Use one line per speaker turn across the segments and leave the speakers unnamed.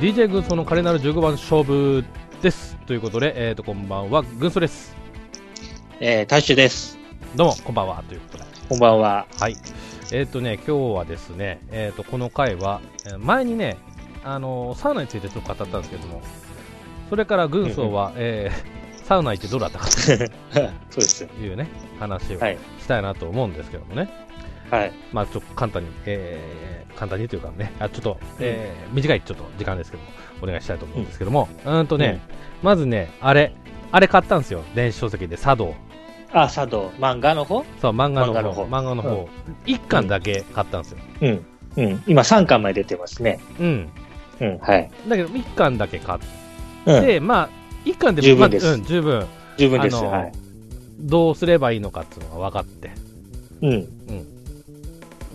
DJ 軍曹の華麗なる15番勝負です。ということで、えー、と、こんばんは、軍曹です。
えー、大衆です。
どうも、こんばんは、ということで。
こんばんは。
はい。えっ、とね、今日はですね、えっ、と、この回は、えー前にね、あのーサウナについてちょっと語ったんですけども、それから軍曹は、えーサウナ行ってどうだったかと
そうです。
いうね、話を
はい
したいなと思うんですけどもね。
はい。
まあ、ちょっと簡単に、えー簡単にというかね、あちょっと、えー短いちょっと時間ですけども、お願いしたいと思うんですけども、うーんとね、まずね、あれ、あれ買ったんですよ、電子書籍で、茶道。
あ、茶道。漫画の方
そう、漫画の
漫画の
方、漫
方
画の方、一1巻だけ買ったんですよ。
うん。うん。今3巻まで出てますね。
うん。
うん。はい。
だけど、1巻だけ買っ
うん。
て、まあ、1巻でも
十分です
まあうん、十分。
十分です。
あの
はい。
どうすればいいのかっていうのが分かって。
うん。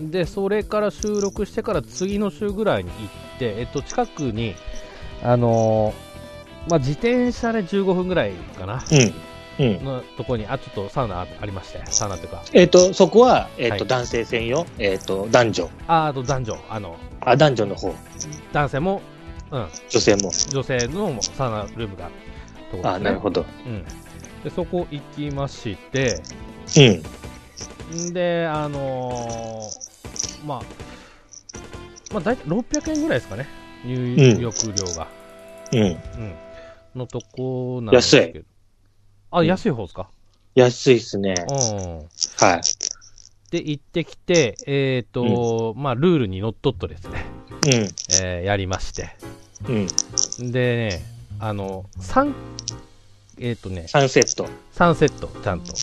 でそれから収録してから次の週ぐらいに行って、えっと、近くに、あのーまあ、自転車で15分ぐらいかな、
うん。うん。
のとこにあちょっとサウナあありまして、サウナというか、
えっ、と、そこは、えっ、
はい
と、男性専用、えっ、と、男女。
ああと男女あの、
あ、男女の方。
男性も、うん、
女性も。
女性のサウナルームがあるところです、ね、
あ、なるほど。
うん、でそこ行きまして、
うん。
んで、あのーまあ、まあ、大体600円ぐらいですかね、入浴料が。
うん。
うん、のとこなんですけど。あ、
うん
安い方ですか、
安いっすね。
うん、
はい。
で、行ってきて、えっ、と、まあ、ルールにのっとっとですね、えーやりまして。
うん。うん。
でね、あの、3、えっ、とね、
3セット。
3セット、ちゃんと。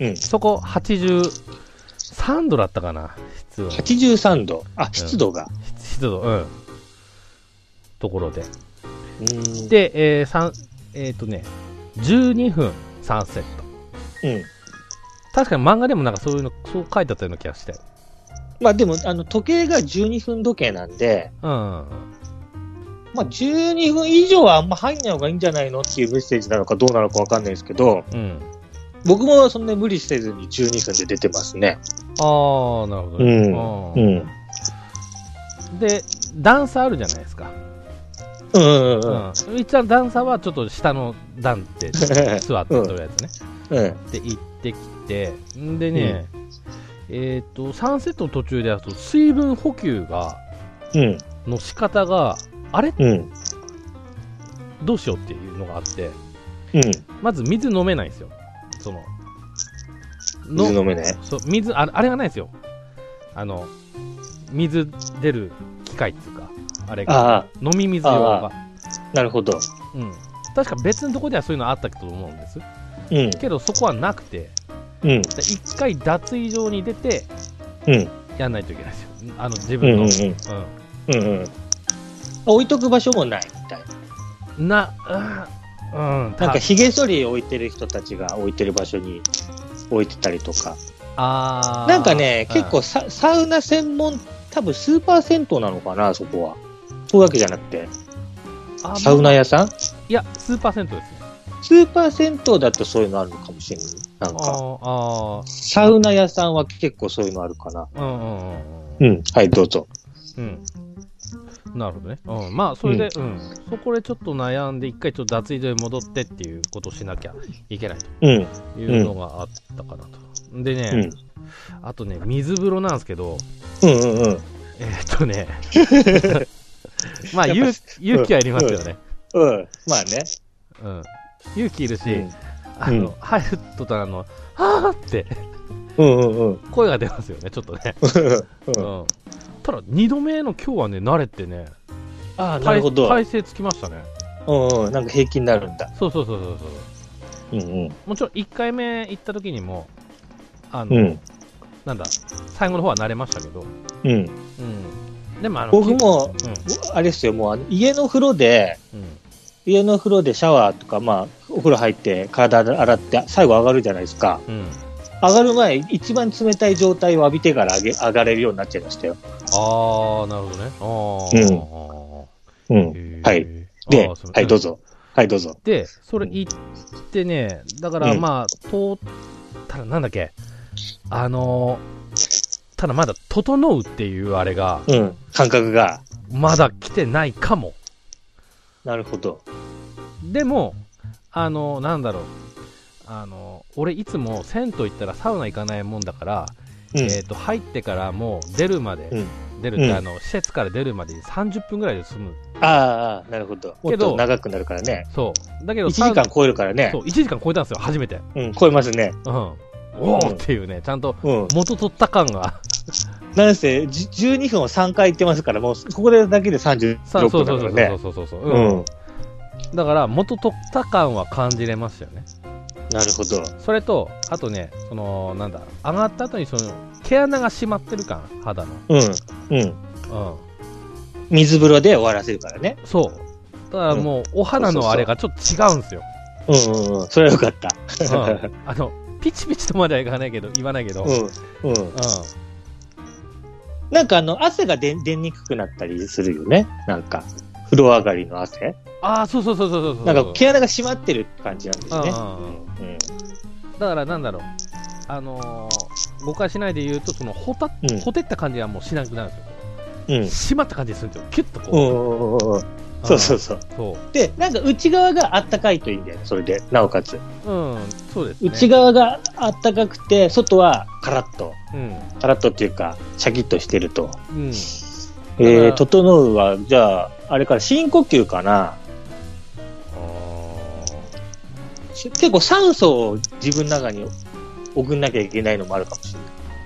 うん。
そこ、83度だったかな、湿度。
83度。あ、湿度が。
湿度、うん。ところで。
うん。、
で、えー、三えっ、とね、12分3セット。
うん。
確かに漫画でもなんかそういうの、そう書いてあったような気がして。
まあでも、あの、時計が12分時計なんで、
うん。
まあ、12分以上はあんま入んない方がいいんじゃないのっていうメッセージなのかどうなのかわかんないですけど、
うん。
僕もそんなに無理せずに12分で出てますね。
ああ、なるほど、ね
う
うん
ん。うん
で、段差あるじゃないですか。
うんう。
うんん。一旦段差はちょっと下の段って座って、
うん
とりあえずね。
うん。
で、行ってきて、んでね、えっ、と、サンセットの途中で、あと水分補給が、
うん。
の仕方が、あれ
うん。
どうしようっていうのがあって、
うん。
まず水飲めないんですよ。その、の
水飲めない。
そう水あれ、あれがないですよ。あの、水出る機械っていうか、あれが、
あ
飲み水用が。
あ、なるほど。
うん。確か別のとこではそういうのあったと思うんです。
うん。
けどそこはなくて、
うん。
で一回脱衣場に出て、
うん。
やんないといけないですよ。あの、自
うん。
分
う
の。
ん。
うん。
うん。うん。置いとく場所もないみたいな。
な、うん。うん、た
なんか、髭剃り置いてる人たちが置いてる場所に置いてたりとか。
あー
なんかね、
うん
結構ササウナ専門、多分スーパー銭湯なのかな、そこは。そういうわけじゃなくて、
あ
サウナ屋さん
いや、スーパー銭湯ですね。
スーパー銭湯だとそういうのあるのかもしれない。なん
あ
か、
ーあ
サウナ屋さんは結構そういうのあるかな。
ー、うんうんうんうん。
うん。はい、どうぞ。
うん。なるほどね。うん。まあ、それで、うん。そこでちょっと悩んで、一回ちょっと脱衣所へ戻ってっていうことをしなきゃいけない
うん、
というのがあったかなと。でね、
うん。
あとね、水風呂なんですけど、
うんうんうん。
えーっと ね、まあ、
やっ
勇
ぱ
勇気はいりますよね。
うん。まあね。
うん。勇気いるし、
う
あの、入るとたら、あの、はーって
ん。うんうんうん。
声が出ますよね、ちょっとね。
う、
うんん。ただ、二度目の今日はね、慣れてね、
ああ、なるほど。
体勢つきましたね。
うんうん。なんか平気になるんだ。
そうそうそうそうそう。
うんうん。
もちろん1回目行った時にも、あの、
うん。
なんだ、最後の方は慣れましたけど、
うん。
うん。でもあの、
僕も、
うん、
あれですよ、もうあの家の風呂で、
うん、
家の風呂でシャワーとか、まあ、お風呂入って、体洗って、最後上がるじゃないですか。
うん。
上がる前、一番冷たい状態を浴びてから上げ上がれるようになっちゃいましたよ。
あー、なるほどね。
う
あー、
ん。
へー
はい。で、
あーそれ
はい、どうぞ。はい、どうぞ。
で、それ行ってね、だから
うん
まあ、通ったらなんだっけ、あのーただまだ、整うっていうあれが、
うん。感覚が。
まだ来てないかも。
なるほど。
でも、あの、なんだろう。あの、俺いつも銭湯行ったらサウナ行かないもんだから、
うん。
えっ、と、入ってからもう出るまで、
うん
出るって、
うん
あの、施設から出るまでに30分ぐらいで済む。
ああ、なるほど。も
け
っ
ど
と長くなるからね。
そう。だけど、
1時間超えるからね
そ。う、1時間超えたんですよ、初めて。
うん、超えますね。
うん。おーっていうね、ちゃんと
うん。
元取った感が。
なんせ、じ12分を3回行ってますから、もう、ここでだけで
さ
36
そう
分
そ
だ
う
か
そ
ら
う
ね。
そうそうそう。
う
うん
ん。
だから、元取った感は感じれましたよね。
なるほど。
それと、あとね、その、なんだ、上がった後に、その、毛穴が締まってる感、肌
うん。うん。
の。
水風呂で終わらせるからね。
うん。そう。だからもう、お肌のあれがちょっと違うんですよ。
うんうんうん。それはよかった。
うんあの、ピチピチとまではいかないけど、言わないけど。うん。
うん。うん。なんかあの、汗が出出にくくなったりするよね。なんか、風呂上がりの汗。
ああ、そうそうそうそうそうそう。
なんか毛穴が締まってる感じなんですね。
う
うん。うん
だからなんだろう、あのー誤解しないで言うと、そのほた、
うん
ほてった感じはもうしなくなるんですよ。
うん。
締まった感じするんですよ。キュッと
う
こ
んうんうんうん。
う。
そうそううそう。
ん。そ
で、なんか内側があったかいといいんだよね。それで、なおかつ。
う。うん、そうですね。
内側があったかくて、外はカラッと、
うん。
カラッとっていうか、シャキッとしてると。
うん。だか
えー、
ら
整うは、じゃあ、あれから深呼吸かな。し結構酸素を自分の中に送んなきゃいけないのもあるかもし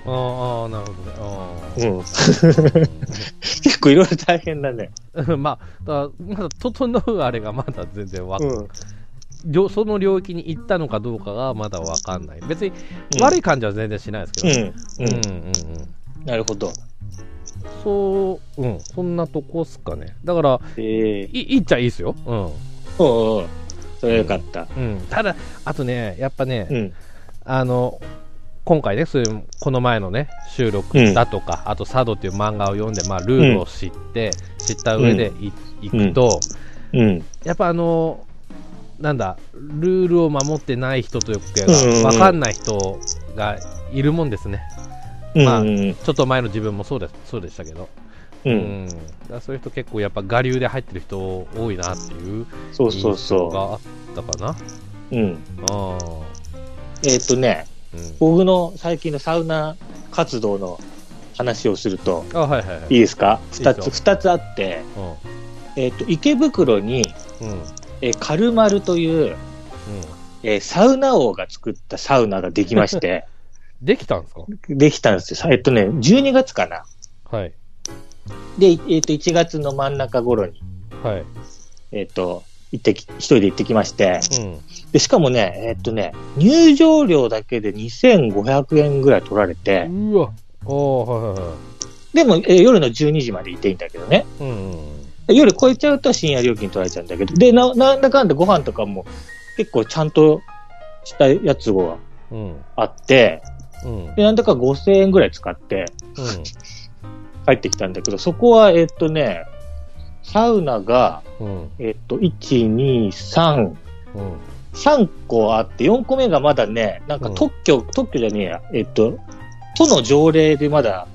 あーあー、なるほどねあ
れない。うん。結構いろいろ大変だね。
ー。まあ、だからまだ整うあれがまだ全然わかん
うん。
りょその領域に行ったのかどうかがまだわかんない。別に悪い感じは全然しないです
うん
けど。
う
うん
ん。
うんうん。
なるほど。
そう、うん、そんなとこっすかね。だから、
ええ
いいいっちゃいいっすよ。うん。
おうおうそれはよかった。
うん、ただ、あとね、やっぱね、
うん。
あの今回ね、そういうこの前のね収録だとか、あと、佐渡っていう漫画を読んで、まあ、ルールを知って、知った上でい,、くと、
うん。
やっぱあの、なんだ、ルールを守ってない人という
うんうんうん
か、分かんない人がいるもんですね、まあ
うん。
ちょっと前の自分もそうですそうでしたけど、
う。
うんだからそういう人、結構やっぱ、我流で入ってる人多いなっていう
そうそう
印象
そ
があったかな。
う。うん。
あ
えっ、とね、
ーうん
僕の最近のサウナ活動の話をすると、
あ、はいはいはい。
いいですか二
いい
つ、
です
二つあって、
うん
えっ、と、池袋に、
うん
えーカルマルという、えーサウナ王が作ったサウナができまして、
できたんですか
できたんですよ。さえっとね、12月かな。
はい。
で、えっ、と、1月の真ん中頃に、
はい。
えっ、と、行ってき、一人で行ってきまして、
うん。
で、しかもね、えっ、とね、入場料だけで2500円ぐらい取られて、
うわ。おー、はいは
でも、えー夜の12時までいていいんだけどね。
いはい。うんうん。
夜超えちゃうと深夜料金取られちゃうんだけど、で、な、なんだかんだご飯とかも結構ちゃんとしたやつが
うん。
あって、
うん。うん
で、なんだか5000円ぐらい使って帰ってきたんだけど、そこは、えっとね、サウナが、
うん。
えっと、1、2、3、
うん。
3個あって、4個目がまだね、なんか特許、特許じゃねえや、えっと、都の条例でまだ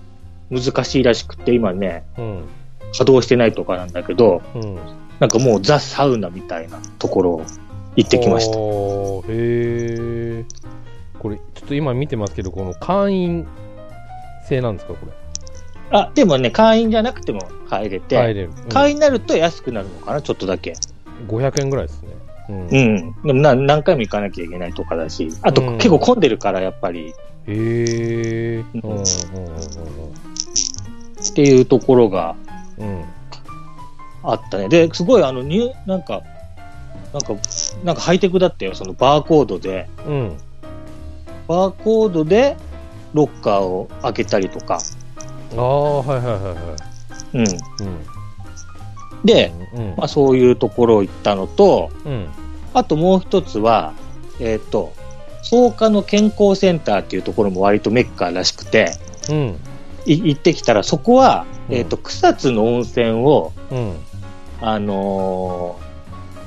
難しいらしくて、今ね、
うん。
稼働してないとかなんだけど、
うん。
なんかもうザ・サウナみたいなところを行ってきました。
おー、へえ。これ、ちょっと今見てますけど、この会員制なんですか、これ。
あ、でもね、会員じゃなくても入れて、
入れる。うん
会員になると安くなるのかな、ちょっとだけ。
500円ぐらいですね。うん。
う
へ
ん。でもな何回も行かなきゃいけないとかだし、あと、
うん
結構混んでるから、やっぱり、
え。うん
う
うんん
っていうところが
うんうん。
あったね。で、すごい、あの、入、なんか、なんか、なんかハイテクだったよ、そのバーコードで。
うん。うん。
バーコードで、ロッカーを開けたりとか。
ああ、はいはいはいは
う
い。
ん。
うん。
で、
うん
まあ、そういうところ行ったのと、
うん。
あともう一つは、えっ、と、草加の健康センターっていうところも割とメッカらしくて、
うん。
い行ってきたら、そこは、
うん
えっ、と、草津の温泉を、
うん。
あの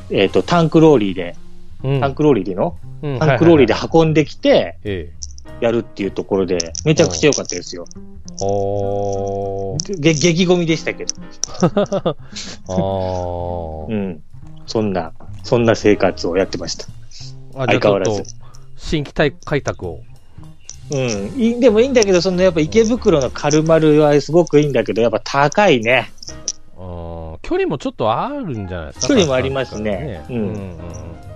ーえっ、と、タンクローリーで、
うん
タンクローリーでの、
うん
タンクローリーで
はい
運んできて、
はいはいええ。
やるっていうところで、めちゃくちゃ良かったですよ。
おー。
げ激ゴミでしたけど。
あー
う。ん。そんな、そんな生活をやってました。
あじゃあ
相
ち
変
ょ
わ
っ
らず
と、新規体開拓を。
うん。いいでもいいんだけど、そのやっぱ池袋のカルマルはすごくいいんだけど、やっぱ高いね。
あー距離もちょっとあるんじゃないですか
距離もありますね
確かに
うん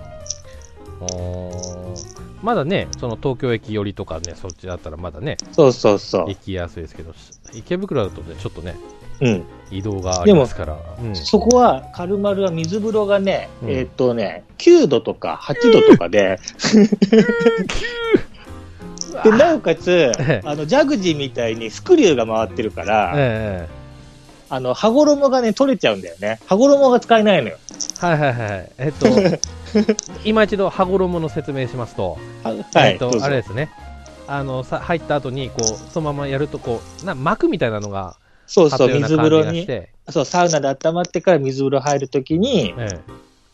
うんうんあーまだね、その東京駅寄りとかね、そっちだったらまだね、
そうそうそ
行きやすいですけど、し池袋だとね、ちょっとね、
う。うん。
移動がありますから。うん
そこは、カルマルは水風呂がね、
うん
えーっとね、9度とか8度とかで、で、なおかつ
ええ、
あの、ジャグジーみたいにスクリューが回ってるから、
え
あの、羽衣がね、取れちゃうんだよね。羽衣が使えないのよ。
えはいはいはい。えっ と、今一度、羽衣の説明しますと、
ははい、
えっと
どう、ぞ
あれですね。あの、さ入った後に、こう、そのままやると、こう、な膜みたいなのが、
そう
張っ
そ
た
う、
ような
水
感
風
じ
呂
がし
に、
て、
そう、サウナで温まってから水風呂入るときに、
ええ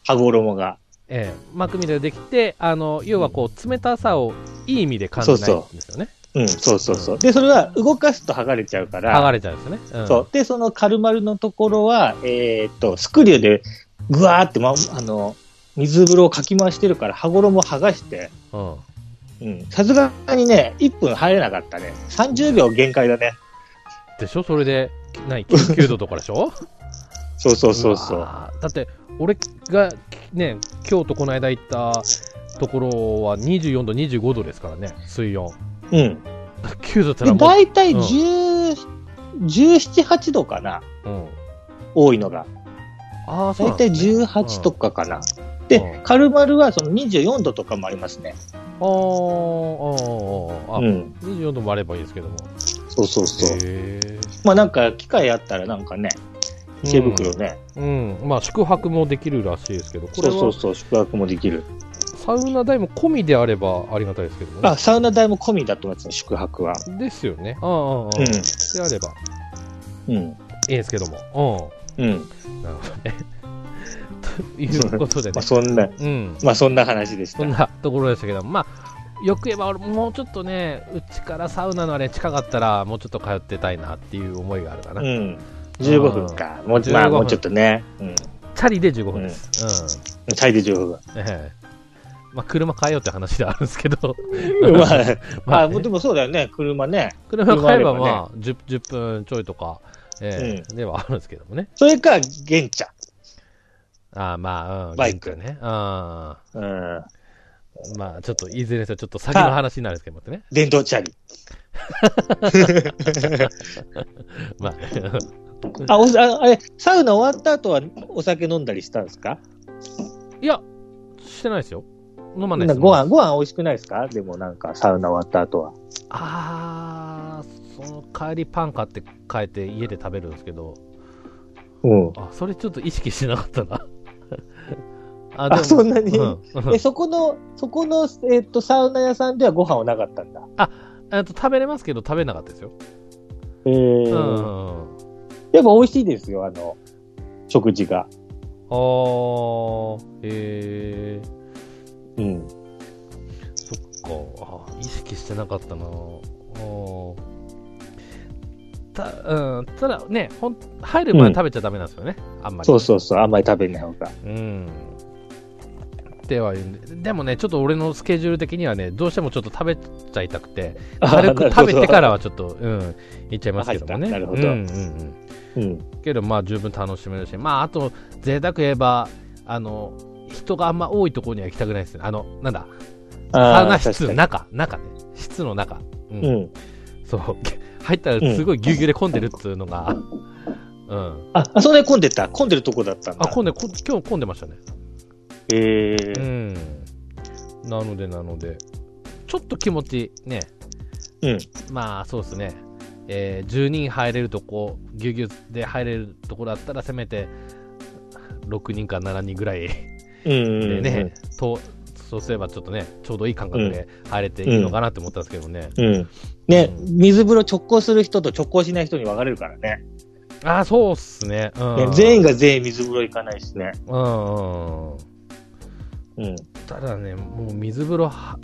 羽衣が。
ええ、膜みたいなのができて、あの、要はこう、冷たさをいい意味で感じないんですよね。
うん、そうそうそう。で、それは動かすと剥がれちゃうから、
剥がれちゃうんですよね。うん
そう。で、そのカルマルのところは、えーっと、スクリューでぐわーって、ま、あの、水風呂をかき回してるから、羽衣を剥がして、
うん。
うん。さすがにね、1分入れなかったね。30秒限界だね。
でしょそれで、何、9度とかでし ょ
そうそうそうそうう。
わーだって、俺が、ね、京都この間行ったところは24度、25度ですからね、水温。
うん。
9度っての
で、
はも
大体
うん
10、17、8度かな。
う、うん。
多いのが。
ああ、そうな
大
んで
体
すね
18とかかな。で、
うん
カルマルはその24度とかもありますね。
あーあー、あーあ
う
ー、
ん。
24度もあればいいですけども。
そうそうそう。
へー
まあなんか、機会あったらなんかね、池袋ね、
うん、まあ宿泊もできるらしいですけど、こ
そ
れ
うそう
は
そう、宿泊もできる。
サウナ代も込みであればありがたいですけどもね。
あ、サウナ代も込みだと思いますね、宿泊は。
ですよね。ああ、ああ、ああで
う
あれば
ん。うん。
いいですけども。
うん。
うん。なるほどね。 ということで
まあ
ね。
そんな、
うん。
まあそんな話でした。
そんなところでしたけど、まあ、よく言えば俺もうちょっとね、うちからサウナのあれ近かったら、もうちょっと通ってたいなっていう思いがあるかな。
うん。15分か。もう
15
まあ、もう
分
ちょっとね。うん。
チャリで15分です。
最低15分。
うん。ええまあ、車買えよって話ではあるんですけど、
まあ、まあ、
ね
もうでもそうだよね、車ね。
車を買えば
車あればね
まあ 10, 10分ちょいとか、えーではあるんですけどもね。
それか、玄茶。
あーまあ、うん、
バイク
現地はね。あ
うん。
ーまあ、ちょっと、いずれにせよちょっと先の話になるんですけどもね。
電動チャリ。
まあ、
あ、おああれ、サウナ終わった後はお酒飲んだりしたんですか
いや、してないですよ。飲ま
ご
ないです。
飯、ご飯美味しくないですかでもなんか、サウナ終わった後は。
あー、その帰りパン買って帰って家で食べるんですけど、
うん。
あ、それちょっと意識してなかったな。 あ
あ、そんなに、
うんうん
え、そこの、そこの、えっと、サウナ屋さんではご飯はなかったんだ。
あと食べれますけど食べなかったですよ。
え
う
ー
んうんうん。
やっぱ美味しいですよ、あの、食事が。
あー、えー、
うん。
そっか、あ意識してなかったなあーた,、うん、ただねほん、入る前
うん
食べちゃダメなんですよね、あんまり。
そうそうそう、あんまり食べない方が。
うん。では言うんで、でもね、ちょっと俺のスケジュール的にはね、どうしてもちょっと食べちゃいたくて、軽く食べてからはちょっと、うん、いっちゃいますけどもね。
入ったなるほど
うんうんうん
ら。うん。
けどまあ十分楽しめるし、まああと贅沢言えばあの人があんま多いところには行きたくないですね。あのなんだサウナ室の
な。
中中ね室の中、うん
うん。
そう 入ったらすごいぎゅうぎゅうで混んでるっていうのが、うん、
あ、あそれ混んでた。混んでるとこだったんだ。
あ混んでこ今日混んでましたね。
え
う
ー。
ん、なのでなのでちょっと気持ちね
うん。
まあそうですね、えー10人入れるとこ、ぎゅうぎゅうで入れるとこだったら、せめて6人か7人ぐらい
うん
で
うん。
ね、とそうすればちょっとね、ちょうどいい感覚で入れていいのかなって思ったんですけどね、
うん。ね、
うん
水風呂直行する人と直行しない人に分かれるからね。
ああ、そうっすね、うん
ね全員が全員水風呂行かないしね。
うんうんうん
うん。
ただね、もう水風呂は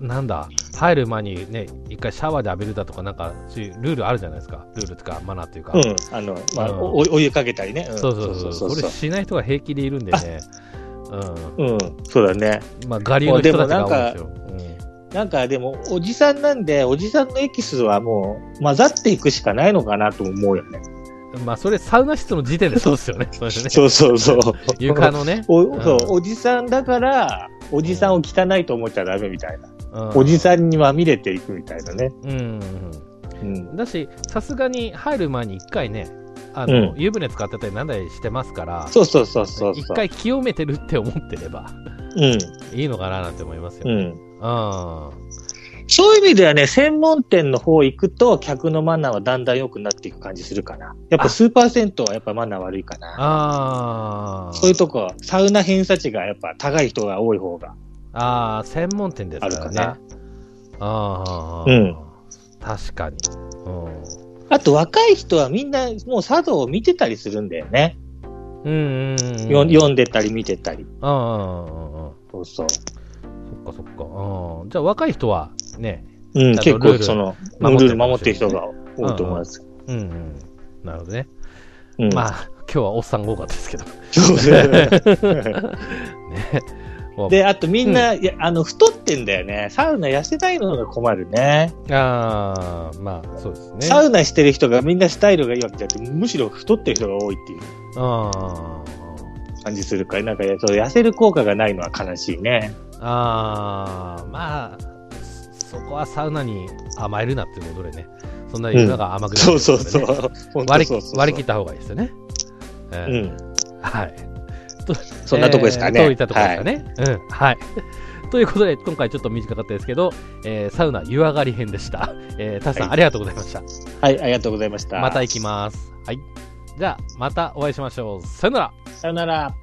なんだ、入る前にね、一回シャワーで浴びるだとか、なんか、そういうルールあるじゃないですか。ルールとか、マナーというか。
うん。あの、まあ、
うん
おお湯かけたりね。ん
そうそうそう。これしない人が平気でいるんでね。
うん、そうだね。
うん。まあ、我流の人たちが多いんですよ。
なんかでも、おじさんなんで、おじさんのエキスはもう混ざっていくしかないのかなと思うよね。
うんまあ、それ、サウナ室の時点でそうですよね。そうですね。
そうそうそう。
床のね。
お
うん
そうおじさんだから、おじさんを汚いと思っちゃダメみたい
う
な。
ん
おじさんにまみれていくみたいなね。
うんうん
うん。
だし、さすがに入る前に一回ね、あの、
うん
湯船使ってたりなんだりしてますから、
そうそうそうそう。
一。回清めてるって思ってれば
うん。
いいのかななんて思いますよ。
うん。
うん。
そういう意味ではね、専門店の方行くと、客のマナーはだんだん良くなっていく感じするかな。やっぱスーパー銭湯はやっぱマナー悪いかな。
ああ。
そういうとこ、サウナ偏差値がやっぱ高い人が多い方が。
ああ、専門店ですからね。
ある
ああ。
うん。
確かに。うん。
あと若い人はみんなもう茶道を見てたりするんだよね。
うんうんうん。
よ読んでたり見てたり。
うんうんうんうん。
そうそ
そっ
う。
かそっか。うん。じゃあ若い人はね、
うん、
あと
結
ルー
構
ル
その、ル
守ってる
ール守ってる人が多いと思います。
うんうん。なるほどね。
うん。
まあ、今日はおっさんが多かったですけど。
そう そう。
ね。もう
で、あとみんな、いやあの、太ってんだよね。サウナ痩せたいのが困るね。
ああ、まあ、そうですね。
サウナしてる人がみんなスタイルがいいわけじゃなくて、むしろ太ってる人が多いっていう
あ
感じするから、なんかそう痩せる効果がないのは悲しいね。
あ、ああ、まあ、そそこはサウナに甘えるなっていうことでね。そんなに世の中甘くない、
そうそうそう。 本当
割り
そうそうそう
割り切った方がいいですよね。う
う。ん。
はい。
そんなとこですかね。
えーそういったとこですかね。うん。はい。 ということで、今回ちょっと短かったですけど、えーサウナ湯上がり編でした。えー、タスさん、
はい
ありがとうございました。
はい。はい、ありがとうございました。
また行きます。はい。じゃあ、またお会いしましょう。さよなら
す。さよなら。